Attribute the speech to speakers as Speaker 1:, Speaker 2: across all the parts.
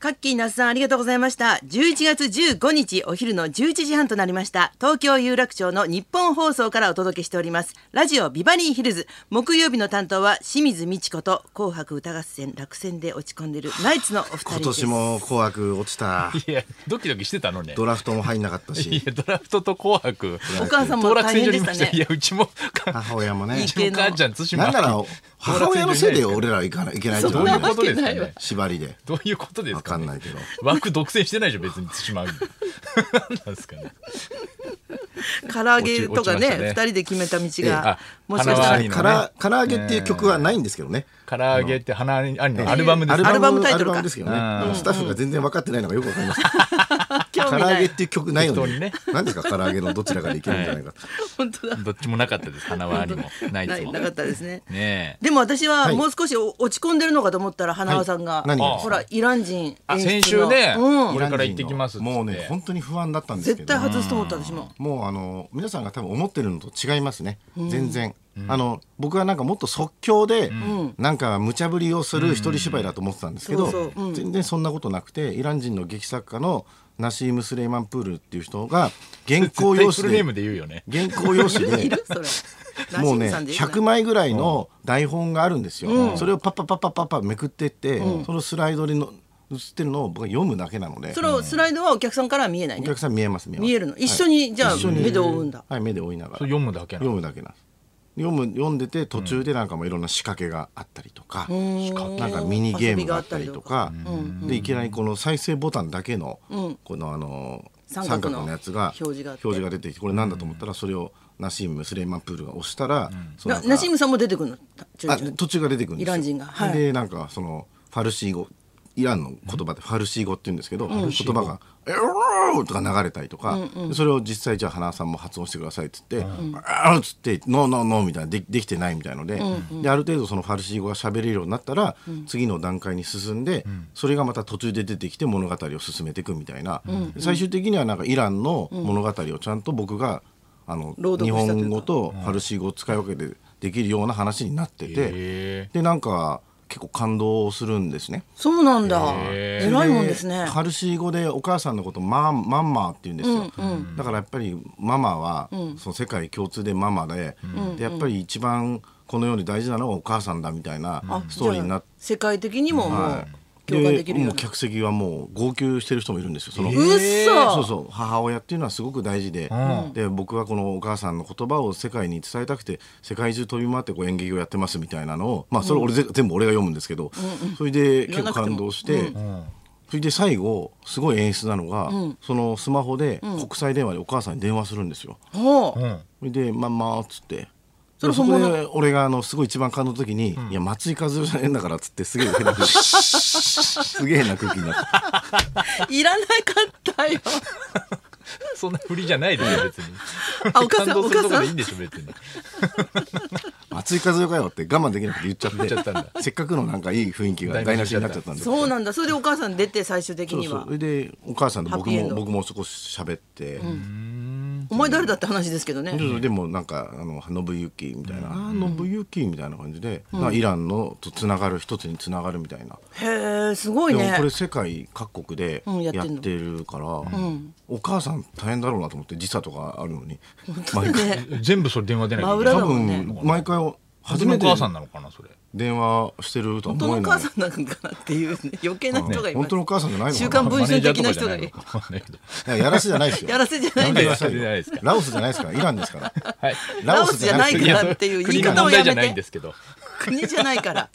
Speaker 1: カッキー那須さんありがとうございました11月15日お昼の11時半となりました東京有楽町の日本放送からお届けしておりますラジオビバリーヒルズ木曜日の担当は清水美智子と紅白歌合戦落選で落ち込んでるナイツのお二人です
Speaker 2: 今年も紅白落ちた
Speaker 3: いや、ドキドキしてたのね。
Speaker 2: ドラフトも入んなかった
Speaker 3: い
Speaker 2: し
Speaker 3: や、ドラフトと紅白。
Speaker 1: お母さんも
Speaker 3: 当落
Speaker 1: 大
Speaker 3: 選
Speaker 1: 変
Speaker 3: 所
Speaker 1: で
Speaker 3: に
Speaker 1: した
Speaker 3: いました。
Speaker 1: ね
Speaker 3: いや、うちも、か
Speaker 2: 母親もね
Speaker 1: いいう
Speaker 3: ちも母ちゃん、対馬。
Speaker 2: なんなら母親のせいで
Speaker 3: ど
Speaker 2: 俺らは行かないいけないと
Speaker 3: う
Speaker 2: 思
Speaker 3: いう
Speaker 2: う
Speaker 3: こと
Speaker 1: そ
Speaker 3: ですか
Speaker 1: んなわけないわ
Speaker 3: ね。
Speaker 2: 縛りで
Speaker 3: どういうことです
Speaker 2: わ
Speaker 3: か
Speaker 2: かん
Speaker 3: ね。
Speaker 2: ないけど
Speaker 3: 枠独占してないでしょ、別に対馬。なんですかね。
Speaker 1: 唐揚げとか
Speaker 3: 落ちまし
Speaker 1: ね
Speaker 3: たね
Speaker 1: 二人で決めた道
Speaker 2: ええ
Speaker 1: が
Speaker 3: あ
Speaker 1: もしかしたら
Speaker 3: 花輪兄のね
Speaker 2: から唐揚げっていう曲はないんですけどね
Speaker 3: 唐揚げって花兄のアルバムで
Speaker 2: ア
Speaker 3: す
Speaker 2: ル
Speaker 3: ね
Speaker 2: バム
Speaker 1: アルバムタイトルか
Speaker 2: アバムですけどね
Speaker 3: うん
Speaker 2: スタッフが全然分かってないのがよくわかります
Speaker 1: 興
Speaker 2: 唐
Speaker 1: 味
Speaker 2: 揚
Speaker 1: な
Speaker 2: げっ
Speaker 1: い
Speaker 2: ていう曲ないの
Speaker 3: 適当
Speaker 2: に
Speaker 3: にね
Speaker 2: 何ですか唐揚げのどちらかでいけるんじゃないかと
Speaker 1: 本当だ
Speaker 3: どっちもなかったです。花輪にも、ナイ
Speaker 1: な
Speaker 3: ツ
Speaker 1: い
Speaker 3: も。
Speaker 1: なかったですね
Speaker 3: ねえ。
Speaker 1: でも私は
Speaker 2: はい
Speaker 1: もう少しお落ち込んでるのかと思ったら花輪さんが、
Speaker 2: はい何が
Speaker 1: ほらイラン人
Speaker 3: あ
Speaker 1: 演出の
Speaker 3: 先週ね
Speaker 1: うん
Speaker 3: これから行ってきますっつって
Speaker 2: もうね本当に不安だったんですけ
Speaker 1: 絶
Speaker 2: ど
Speaker 1: 対外すと思った私も
Speaker 2: もうあの皆さんが多分思ってるのと違いますね、全然、あの僕はなんかもっと即興で、なんか無茶ぶりをする一人芝居だと思ってたんですけど、
Speaker 1: そうそううん
Speaker 2: 全然そんなことなくてイラン人の劇作家のナシーム・スレイマンプールっていう人が原稿用
Speaker 3: 絶
Speaker 2: 紙
Speaker 3: 対フルネー
Speaker 2: で
Speaker 3: ムで言うよね。
Speaker 2: 原稿用紙
Speaker 1: い
Speaker 2: で
Speaker 1: るそれ
Speaker 2: もう
Speaker 1: ラジム
Speaker 2: ね
Speaker 1: さんでい
Speaker 2: 100
Speaker 1: い
Speaker 2: 枚ぐらいの台本があるんですよ、それをパッパッパッパッパッパッめくってって、そのスライドにの写ってるのを僕は読むだけなので
Speaker 1: そのスライドはお客さんからは見えない
Speaker 2: お
Speaker 1: ね
Speaker 2: 客さん見えます見えます
Speaker 1: 見えるの一緒に、じゃあ
Speaker 2: 一緒に
Speaker 1: 目で追うんだ
Speaker 2: はい目で追いながら
Speaker 3: そう読むだけな
Speaker 2: 読
Speaker 3: の。
Speaker 2: むだけなんです読む読んでて途中でなんかもいろんな仕掛けがあったりとか、なんかミニゲームがあったりとかでいきなりこの再生ボタンだけの、このあの
Speaker 1: 三
Speaker 2: 三
Speaker 1: 角の
Speaker 2: 角のやつが
Speaker 1: 表示があって
Speaker 2: 出てきてこれなんだと思ったらそれをナシーム・スレイマンプールが押したら、その
Speaker 1: な
Speaker 2: なんか
Speaker 1: ナシムさんも出てくるのちょ
Speaker 2: あ
Speaker 1: いちょい
Speaker 2: 途中が出てくるんですよ
Speaker 1: イラン人がはい
Speaker 2: でなんかそのファルシー語イランの言葉でファルシー語って言うんですけど、言葉が「エロー!」とか流れたりとか、それを実際じゃあ花さんも発音してくださいっつって「あーっつって「ノーノーノー」みたいなでできてないみたいので,、である程度そのファルシー語が喋れるようになったら、次の段階に進んで、それがまた途中で出てきて物語を進めていくみたいな、最終的にはなんかイランの物語をちゃんと僕があの
Speaker 1: 朗読
Speaker 2: 日
Speaker 1: したというか
Speaker 2: 本語とファルシー語を使い分けてできるような話になってて
Speaker 3: へ
Speaker 2: でなんか結構感動するんですね。
Speaker 1: そうなんだ
Speaker 3: へ
Speaker 1: 偉いもんですね
Speaker 2: ファルシー語でお母さんのことマンマンマーって言うんですよ、だからやっぱりママは、その世界共通でママで,、でやっぱり一番この世に大事なのはお母さんだみたいな
Speaker 1: あ
Speaker 2: ストーリーになって
Speaker 1: じゃあ世界的にももう
Speaker 2: はい
Speaker 1: 共感できるような
Speaker 2: もう客席はもう号泣してる人もいるんですよその、
Speaker 1: うっそ
Speaker 2: そうそう母親っていうのはすごく大事で、で僕はこのお母さんの言葉を世界に伝えたくて世界中飛び回ってこう演劇をやってますみたいなのをまあそれ俺ぜ、全部俺が読むんですけど、それで結構感動して。それで最後すごい演出なのが、そのスマホで国際電話でお母さんに電話するんですよ。
Speaker 1: ほ
Speaker 3: う。
Speaker 1: うん
Speaker 2: それで「まんま」っつって。
Speaker 1: それ
Speaker 2: そ
Speaker 1: 本
Speaker 2: こ
Speaker 1: 物
Speaker 2: で俺があのすごい一番感動の時に「いや松井和代じゃねえんだから」っつってすげえ変な空気すげえな空気になって
Speaker 1: いらなかったよ
Speaker 3: そんな振りじゃないですよ、別に。
Speaker 1: あお 母さん
Speaker 3: 感動すると
Speaker 1: お母さん
Speaker 3: こでいいんでしょ、別に。
Speaker 2: 松井和代かよって我慢できなくて言っちゃ
Speaker 3: 言っちゃった
Speaker 2: っ
Speaker 3: んだ
Speaker 2: てせっかくのなんかいい雰囲気が台無しになっちゃったんです
Speaker 1: そうなんだそれでお母さん出て最終的
Speaker 2: そう
Speaker 1: に
Speaker 2: そ
Speaker 1: は
Speaker 2: うそれでお母さんと
Speaker 1: ハ
Speaker 2: 僕
Speaker 1: ッピーエン
Speaker 2: も
Speaker 1: ド
Speaker 2: 僕もそこ喋って、
Speaker 1: お前誰だって話ですけどね
Speaker 2: ででもなんかあの信行みたいな「ああ信行」みたいな感じで、まあイランのとつながる一つにつながるみたいな。
Speaker 1: へえすごい
Speaker 2: でも
Speaker 1: ね
Speaker 2: これ世界各国で
Speaker 1: うんやってん
Speaker 2: やっ
Speaker 1: の
Speaker 2: てるから、お母さん大変だろうなと思って時差とかあるのに毎回
Speaker 1: ね
Speaker 3: 全部それ電話出ないといけ
Speaker 1: 真裏
Speaker 3: ない
Speaker 1: だ
Speaker 2: 多
Speaker 1: もんね
Speaker 2: 分毎回初
Speaker 3: 初め
Speaker 2: め
Speaker 3: て
Speaker 2: て
Speaker 3: のお母さんなのかな、それ。
Speaker 2: 電話してるとは
Speaker 1: 本当の
Speaker 2: 思
Speaker 1: お
Speaker 2: えな
Speaker 1: 母
Speaker 2: い
Speaker 1: さんなんかなっていうね余計な人がいます
Speaker 2: 本当のお母さんじゃないの
Speaker 1: 週
Speaker 2: か
Speaker 1: 刊
Speaker 2: な
Speaker 1: 文春的な人が
Speaker 3: マ
Speaker 1: い
Speaker 3: ネージャ
Speaker 1: る
Speaker 3: ーとかじゃないのわかんないけど
Speaker 2: いややらせじゃないですよ
Speaker 1: やらせじゃない
Speaker 2: や
Speaker 1: ん
Speaker 2: め
Speaker 1: だ
Speaker 2: て
Speaker 1: よ
Speaker 2: ください
Speaker 3: やらせじゃないです
Speaker 2: よ
Speaker 3: か
Speaker 2: ラオスじゃないですからイランですから
Speaker 3: はい。
Speaker 1: ラオスじゃない
Speaker 2: く
Speaker 1: か
Speaker 2: て
Speaker 1: らっていう言い
Speaker 3: 国
Speaker 1: 方
Speaker 3: の
Speaker 1: を
Speaker 3: 問
Speaker 1: や
Speaker 3: 題じゃない
Speaker 1: め
Speaker 3: ん
Speaker 1: て
Speaker 3: ですけど。
Speaker 1: 国じゃないから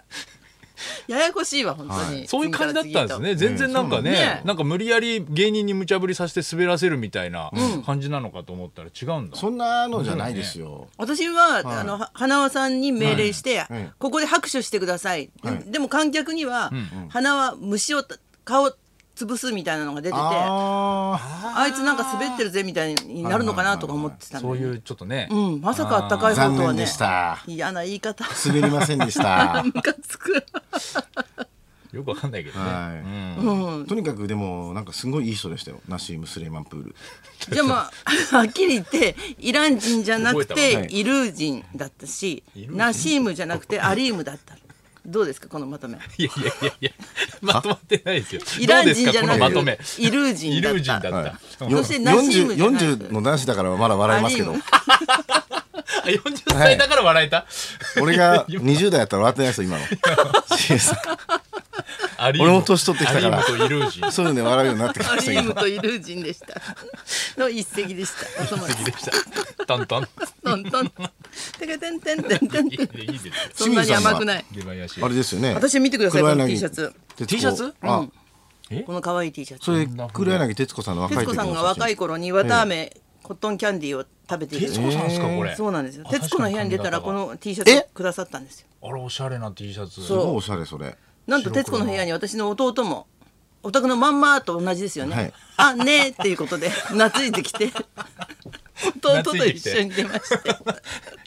Speaker 1: ややこしいわ本当に
Speaker 3: そういう感じだったんですね。全然なんかね、
Speaker 1: ね
Speaker 3: なんか無理やり芸人に無茶ぶりさせて滑らせるみたいな感じなのかと思ったら違うんだ。
Speaker 2: そんなのじゃないですよ
Speaker 1: 私は、あのは花輪さんに命令して、
Speaker 2: うん
Speaker 1: ここで拍手してください、で
Speaker 2: はい
Speaker 1: でも観客には、花輪虫をた顔潰すみたいなのが出ててあ
Speaker 2: あ
Speaker 1: いつなんか滑ってるぜみたいになるのかなとか思ってたんで、
Speaker 3: そういうちょっとね。
Speaker 1: うん、まさかあったか
Speaker 2: あ
Speaker 1: い方
Speaker 2: 残
Speaker 1: とは
Speaker 2: 念
Speaker 1: ね
Speaker 2: でした
Speaker 1: 嫌な言い方
Speaker 2: 滑りませんでした
Speaker 1: ムカつく
Speaker 3: よくわかんないけどね。
Speaker 2: はい、とにかくでもなんかすごいいい人でしたよナシーム・スレイマンプール
Speaker 1: じゃあまあはっきり言ってイラン人じゃなく
Speaker 3: 覚え
Speaker 1: てイルー人だったし
Speaker 3: イルー人
Speaker 1: ナシームじゃなくてアリームだったどうですかこのまとめ
Speaker 3: いやいやいやいや、まとまってない ですよ。
Speaker 1: イラン人じゃ
Speaker 3: どうですかこの
Speaker 1: な
Speaker 3: ま
Speaker 1: く
Speaker 3: とめ。
Speaker 1: イルー人
Speaker 3: イルー
Speaker 1: だ
Speaker 3: 人
Speaker 1: った
Speaker 3: だっ
Speaker 2: は
Speaker 3: た。
Speaker 2: い、よ
Speaker 1: そしてナシームじゃない
Speaker 2: 40 40の男子だからまだ笑います けど
Speaker 1: ナシ
Speaker 3: あ、40歳だから笑えた。
Speaker 2: 俺が20代だったら笑ってないですよ 今のシエさん
Speaker 3: アリーム
Speaker 2: 俺も年取ってきたから
Speaker 3: アリームとイルー人。
Speaker 2: そういうので笑うようになってき
Speaker 1: ア
Speaker 2: まし
Speaker 1: リー
Speaker 2: たけ
Speaker 1: ム
Speaker 2: ど
Speaker 1: とイルー人でしたの一席でしたおとまり
Speaker 3: 次でした。トントン。
Speaker 1: トントンてかてんてんてんてん
Speaker 3: い
Speaker 1: て
Speaker 3: いね
Speaker 1: ん
Speaker 3: いいです。
Speaker 1: そんなに甘くない
Speaker 3: 出囃子。
Speaker 2: あれですよね
Speaker 1: 私見てください
Speaker 2: 黒
Speaker 1: この
Speaker 2: 柳
Speaker 1: T シャツ
Speaker 2: 徹子
Speaker 3: T シャツ
Speaker 2: あ、
Speaker 1: この可愛い T シャツ
Speaker 2: それ黒柳徹子さんの若
Speaker 1: 徹
Speaker 2: い
Speaker 1: 子
Speaker 2: 時
Speaker 1: さん
Speaker 2: の
Speaker 1: が若い頃に綿あめコットンキャンディーを食べている
Speaker 3: 徹子さんですかこれ。
Speaker 1: そうなんですよ
Speaker 3: あ
Speaker 1: 徹子の部屋に出たらこ。
Speaker 3: 確か
Speaker 1: の T シャツ
Speaker 2: え
Speaker 1: くださったんですよ
Speaker 3: 髪型があれおしゃれな T シャツ。
Speaker 2: す
Speaker 1: そう
Speaker 2: ごいおしゃれそれ
Speaker 1: なんと徹子の部屋に私の弟もお宅のまんまと同じですよね。
Speaker 2: はい
Speaker 1: あねえっていうこと で懐いてきて弟と一緒に出まして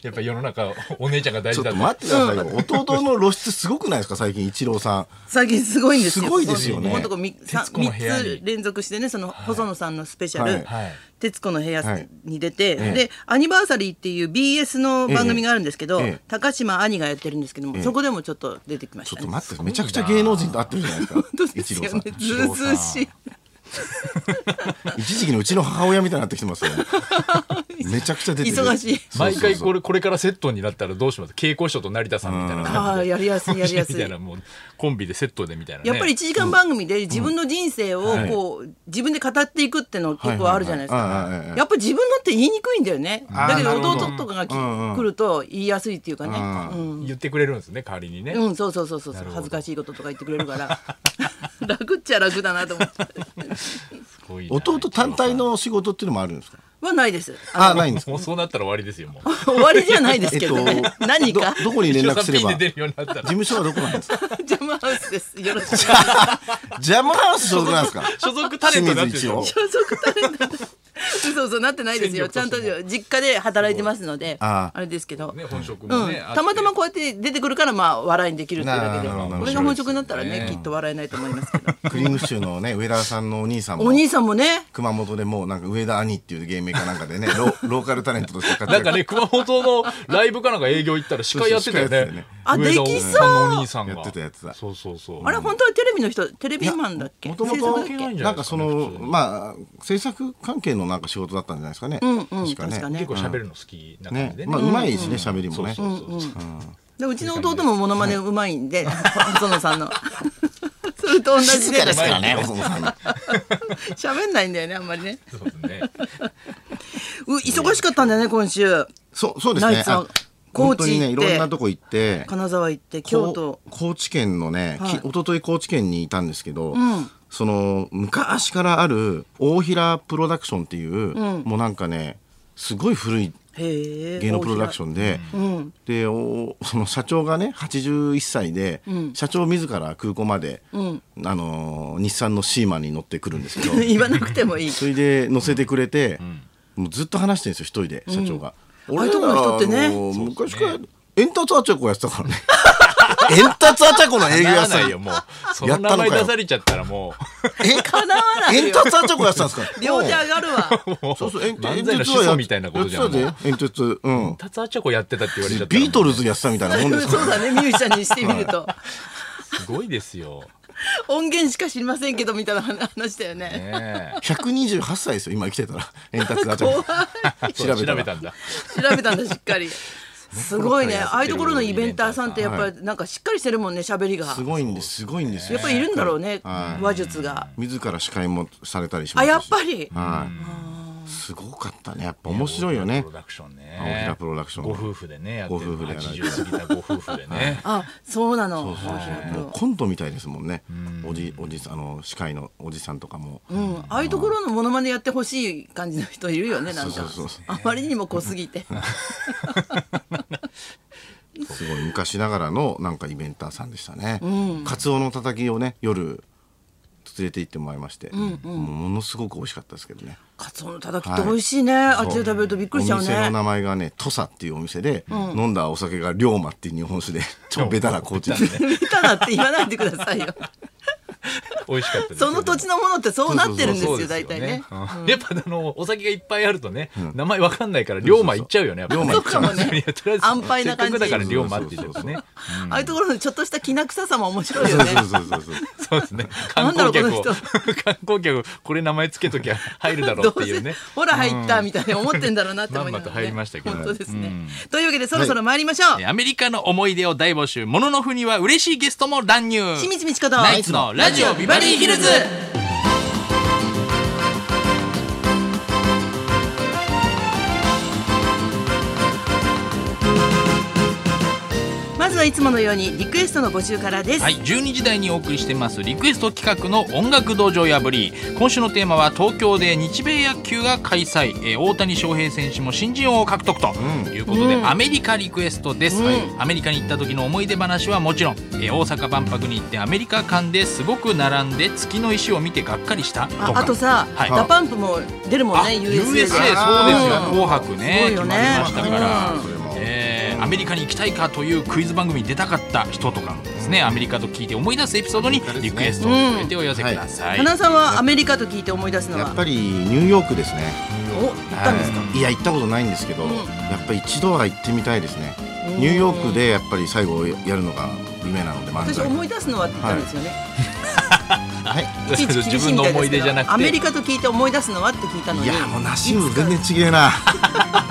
Speaker 3: やっぱ世の中お姉ちゃんが大
Speaker 2: ちょ
Speaker 3: 事
Speaker 2: っ
Speaker 3: だ
Speaker 2: と
Speaker 3: と。
Speaker 2: 待ってくださいよ、弟の露出すごくないですか最近一郎さん
Speaker 1: 最近すごいんですよ。
Speaker 2: すごいですよね
Speaker 1: このとこみさ
Speaker 3: 徹子の部屋に
Speaker 1: 三つ連続してねその細野さんのスペシャ
Speaker 2: はい
Speaker 1: ル
Speaker 3: はい
Speaker 1: 「徹子の部屋
Speaker 2: はい」
Speaker 1: に出て
Speaker 2: ええ
Speaker 1: で「アニバーサリー」っていう BS の番組があるんですけど
Speaker 2: ええ
Speaker 1: 高島兄がやってるんですけどもそこでもちょっと出てきまし
Speaker 2: ちょ
Speaker 1: た
Speaker 2: っ
Speaker 1: ね
Speaker 2: と。待ってめちゃくちゃ芸能人と会ってるじゃないですか
Speaker 1: 本当です
Speaker 2: 一郎
Speaker 1: よ
Speaker 2: さん
Speaker 1: ね。ずうずうしい。
Speaker 2: 一時期のうちの母親みたいになってきてますよ ねめちゃくちゃ出てる
Speaker 1: 忙しい
Speaker 3: 毎回こ
Speaker 2: れ
Speaker 3: れこれからセットになったらどうします稽古師匠と成田さんみたいな
Speaker 1: あ
Speaker 3: 感
Speaker 1: あ
Speaker 3: じで
Speaker 1: やりやすいやりやす
Speaker 3: みたい
Speaker 1: い
Speaker 3: な。もうコンビでセットでみたいなね
Speaker 1: やっぱり1時間番組で自分の人生を
Speaker 2: うん
Speaker 1: こう自分で語っていくっての結構あるじゃないです
Speaker 2: はいはいはいはいはい
Speaker 1: か
Speaker 2: はい
Speaker 1: やっぱ自分のって言いにくいんだよね
Speaker 2: あー
Speaker 1: だけど
Speaker 2: なるほど
Speaker 1: 弟とかがき
Speaker 2: うんうん
Speaker 1: 来ると言いやすいっていうかね
Speaker 2: う
Speaker 3: 言ってくれるんですね代わりにね
Speaker 1: うんそうそうそうそうそう
Speaker 3: なるほど
Speaker 1: 恥ずかしいこととか言ってくれるから 楽っちゃ楽だなと思って
Speaker 3: すごいな
Speaker 2: 弟単体の仕事っていうのもあるんですか
Speaker 1: はないですあ
Speaker 2: あないんです
Speaker 3: もうそうなったら終わりですよもう
Speaker 1: 終わりじゃないですけどね 何
Speaker 2: ど
Speaker 1: か
Speaker 2: どこに連絡すれば
Speaker 3: 一応さピンで出
Speaker 2: 事
Speaker 3: るようになったら
Speaker 2: 務所はどこなんですか
Speaker 1: ジャムハウスですよろ しく
Speaker 2: ジャムハウス所属なんですか
Speaker 3: 所属タレントになってる
Speaker 2: 清水一郎
Speaker 3: よ
Speaker 1: 所属タレント嘘嘘なってないですよちゃんと実家で働いてますので
Speaker 2: あ
Speaker 1: あ
Speaker 2: ー
Speaker 1: れですけど
Speaker 3: ね本職
Speaker 1: う
Speaker 3: も
Speaker 1: ん
Speaker 3: ね、
Speaker 1: たまたまこうやって出てくるからまあ笑いにできるっていうだけで
Speaker 2: なるほど
Speaker 1: これが本職になったら
Speaker 3: 面
Speaker 1: ね
Speaker 3: 白い
Speaker 1: き
Speaker 3: ですね
Speaker 1: っと笑えないと思いますけど
Speaker 2: クリームシチューのね上田さんのお兄さんも
Speaker 1: お兄さんも ね
Speaker 2: 熊本でもうなんか上田兄っていう芸名かなんかで ねロローカルタレントとして活躍
Speaker 3: なんかね熊本のライブかなんか営業行ったら司会やってたよ
Speaker 2: そうそう司会やって
Speaker 3: ね
Speaker 2: たよね
Speaker 1: あ
Speaker 3: 上田
Speaker 1: できそう
Speaker 3: さんのお兄さんが
Speaker 2: やってたやってた
Speaker 3: そうそうそう
Speaker 1: あれ本当はテレビの人テレビマンだっけ
Speaker 2: もとも
Speaker 1: 制作だっけ
Speaker 2: と
Speaker 3: 関係ないんじゃ
Speaker 2: な
Speaker 3: なん
Speaker 2: か
Speaker 3: いです
Speaker 2: そ
Speaker 3: かね
Speaker 2: のまあ制作関係のなんか仕事だったんじゃないですかね、
Speaker 1: んうん確かね
Speaker 3: 結構喋るの好きな感
Speaker 2: ね
Speaker 3: じでね
Speaker 2: まあうまいしね喋、りもね
Speaker 3: そうそうそう
Speaker 1: でうちの弟もモノマネうまいんで 細野さんの それと同じで
Speaker 3: すからね
Speaker 2: 細野さんの
Speaker 1: 喋んないんだよねあんまりね
Speaker 3: そうですね
Speaker 1: う忙しかったんだよね今週
Speaker 2: そうそうです
Speaker 1: ナ
Speaker 2: ね
Speaker 1: イツは
Speaker 2: あ
Speaker 1: 高知行って
Speaker 2: 本当にねいろんなとこ行って
Speaker 1: 金沢行って京都
Speaker 2: こう高知県のね、
Speaker 1: はい
Speaker 2: き一昨日高知県にいたんですけど、
Speaker 1: ん
Speaker 2: その昔からある大平プロダクションっていう、もうなんかねすごい古い
Speaker 1: へえ
Speaker 2: 芸能プロダクションで、でおその社長がね81歳で、社長自ら空港まで、あのー日産のシーマンに乗ってくるんですけ ど
Speaker 1: 言わなくてもいい
Speaker 2: それで乗せてくれて、もうずっと話してるんですよ一人で社長が。
Speaker 1: んああいうとこの人ってね
Speaker 2: あのー昔からエンタツアチャコやってたからね エンタツアチャコの営業
Speaker 3: な
Speaker 2: や
Speaker 3: ら
Speaker 2: ってた
Speaker 3: ない
Speaker 2: ん
Speaker 3: よ
Speaker 2: よ
Speaker 3: もうその名前出されちゃったらも
Speaker 1: かなわない
Speaker 2: え
Speaker 1: よ
Speaker 2: エンタツアチャコやってたんで すか
Speaker 1: 両手上がるわ
Speaker 3: うもう
Speaker 2: そうそうエンタ
Speaker 3: 漫才の始祖みたいなことじゃんも
Speaker 2: エンタツアやっ
Speaker 3: う
Speaker 2: てたぜエンタツうん
Speaker 3: タツアチョコやってたって言われちゃったらも
Speaker 2: ビ
Speaker 3: う
Speaker 2: ートルズやってたみたいなもんで す
Speaker 1: そうだねミュージシャンにしてみると
Speaker 3: すごいですよ
Speaker 1: 音源しか知りませんけどみたいな 話だよね
Speaker 3: ね
Speaker 2: 128歳ですよ今生きてたらエンタツアチャ
Speaker 1: 怖い
Speaker 2: コ
Speaker 3: え
Speaker 2: 調べたら
Speaker 3: 調べたんだ
Speaker 1: 調べたんだしっかりすごいねああいうところのイベンターさんってやっぱ
Speaker 2: は
Speaker 1: りなんかしっかりしてるもんね喋りが
Speaker 2: すごいんですすごいんですよ
Speaker 1: やっぱりいるんだろうね
Speaker 2: はい
Speaker 1: 話術が
Speaker 2: 自ら司会もされたりしま
Speaker 1: あ
Speaker 2: すし
Speaker 1: やっぱり
Speaker 2: はいすごかったねやっぱ面白いよね
Speaker 3: プロダクションね
Speaker 2: 青平プロダクション
Speaker 3: ご夫婦でねやってる
Speaker 2: ご夫婦でやられてる
Speaker 3: 80過ぎたご夫 婦でね
Speaker 1: あそうなの
Speaker 2: そうそう
Speaker 1: あ
Speaker 2: もう
Speaker 1: の
Speaker 2: コントみたいですもんねおじおじさんあの司会のおじさんとかも
Speaker 1: うんああいうところのモノマネやってほしい感じの人いるよねなん
Speaker 2: そ
Speaker 1: か
Speaker 2: うそうそう
Speaker 1: あまりにも濃すぎて
Speaker 2: すごい昔ながらのなんかイベンターさんでしたねカツオのたたきをね夜連れて行ってもらいましてものすごく美味しかったですけどね
Speaker 1: カツオのたたきって美味しいねあっちで食べるとびっくりしちゃう
Speaker 2: お店 の
Speaker 1: ね
Speaker 2: 名前がね土佐っていうお店で、飲んだお酒が龍 馬っていう日本酒でちょっとベタな高知で
Speaker 1: 見たなって言わないでくださいよ
Speaker 3: 美味しかったです
Speaker 1: その土地のものってそうなってるんです
Speaker 3: そう
Speaker 1: よ大体ね。
Speaker 3: うんやっぱあのお酒がいっぱいあるとね、名前わかんないから龍馬行っちゃうよね。やっぱ
Speaker 2: 龍馬行っちゃう
Speaker 1: そうかもね
Speaker 3: いやとりあえず
Speaker 1: 安牌な感じ
Speaker 3: せっかくだから龍馬って言っちゃうとね。
Speaker 1: ああいうところのちょっとしたきな臭さも面白いよ
Speaker 2: そう
Speaker 1: ね。
Speaker 2: そうそうそうそう
Speaker 3: そうですね。
Speaker 1: な
Speaker 3: 観
Speaker 1: んだろう
Speaker 3: 光客を
Speaker 1: この
Speaker 3: 観光客これ名前つけときゃ入るだろう
Speaker 1: ど
Speaker 3: って
Speaker 1: う
Speaker 3: いう
Speaker 1: せ
Speaker 3: ね。
Speaker 1: ほら入ったみたいに思ってんだろうなって思いながら、ね、
Speaker 3: まんまと入りましたけど
Speaker 1: 本当ですね、
Speaker 3: うん
Speaker 1: というわけでそろそろ参りましょう、
Speaker 3: アメリカの思い出を大募集。もののふには嬉しいゲストも乱入。
Speaker 1: 清水美智子と
Speaker 3: ナイツのラジオビバリーヒルズ。
Speaker 1: まずはいつものようにリクエストの募集からです、
Speaker 3: はい、12時台にお送りしてますリクエスト企画の音楽道場破り今週のテーマは東京で日米野球が開催、えー大谷翔平選手も新人王を獲得ということで、
Speaker 1: うん
Speaker 3: アメリカリクエストです、
Speaker 1: うん
Speaker 3: はいアメリカに行った時の思い出話はもちろん、えー大阪万博に行ってアメリカ館ですごく並んで月の石を見てがっかりしたと
Speaker 1: あ
Speaker 3: か
Speaker 1: あとさ、
Speaker 3: はい
Speaker 1: ダパンプも出るもん
Speaker 3: あ
Speaker 1: ね
Speaker 3: USA そう
Speaker 1: USA
Speaker 3: ですよ
Speaker 1: うん
Speaker 3: 紅白ね
Speaker 1: すごいよね
Speaker 3: 決まりましたから。
Speaker 1: うん
Speaker 2: それも
Speaker 3: えーアメリカに行きたいかというクイズ番組に出たかった人とかもですねアメリカと聞いて思い出すエピソードにリクエストを添えてお寄せください、
Speaker 1: 花さんはアメリカと聞いて思い出すのは
Speaker 2: やっぱりニューヨークですね
Speaker 1: お行ったんですか、
Speaker 2: はいいや行ったことないんですけど、
Speaker 1: うん
Speaker 2: やっぱり一度は行ってみたいですね
Speaker 1: うん
Speaker 2: ニューヨークでやっぱり最後やるのが夢なので漫
Speaker 1: 私
Speaker 2: 才
Speaker 1: 思い出すのはって言ったんですよね、
Speaker 2: はい
Speaker 1: い、ちいち厳
Speaker 3: 自
Speaker 1: しい
Speaker 3: 分
Speaker 1: みたい
Speaker 3: の
Speaker 1: で
Speaker 3: 思
Speaker 1: す
Speaker 3: い
Speaker 1: け
Speaker 3: 出じゃな
Speaker 1: どア
Speaker 3: く
Speaker 1: メ
Speaker 3: て
Speaker 1: リカと聞いて思い出すのはって聞いたのに
Speaker 2: いやもう梨も全然ちげ えな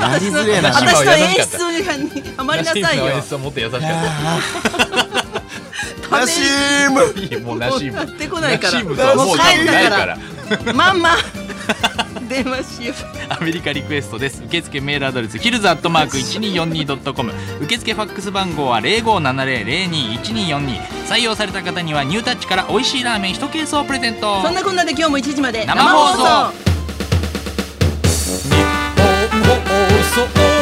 Speaker 2: やりづれえな
Speaker 3: 私
Speaker 1: 私
Speaker 3: は
Speaker 1: の
Speaker 3: や
Speaker 1: 演
Speaker 3: らなかった
Speaker 1: 出にハマりなさいよ
Speaker 3: ナシームの演出はもっと優しかっ
Speaker 1: パネル
Speaker 2: 梨も
Speaker 3: たいいもうナシーム
Speaker 1: もうやってこないから
Speaker 3: ナシームとはもう多分ないから
Speaker 1: ママ 電話しよう
Speaker 3: アメリカリクエストです受付メールアドレスヒルズアットマーク 1242.com 受付ファックス番号は0570021242採用された方にはニュータッチから美味しいラーメン1ケースをプレゼント
Speaker 1: そんなこんなで今日も1時まで
Speaker 3: 生放送
Speaker 1: 生放送
Speaker 3: 日本放送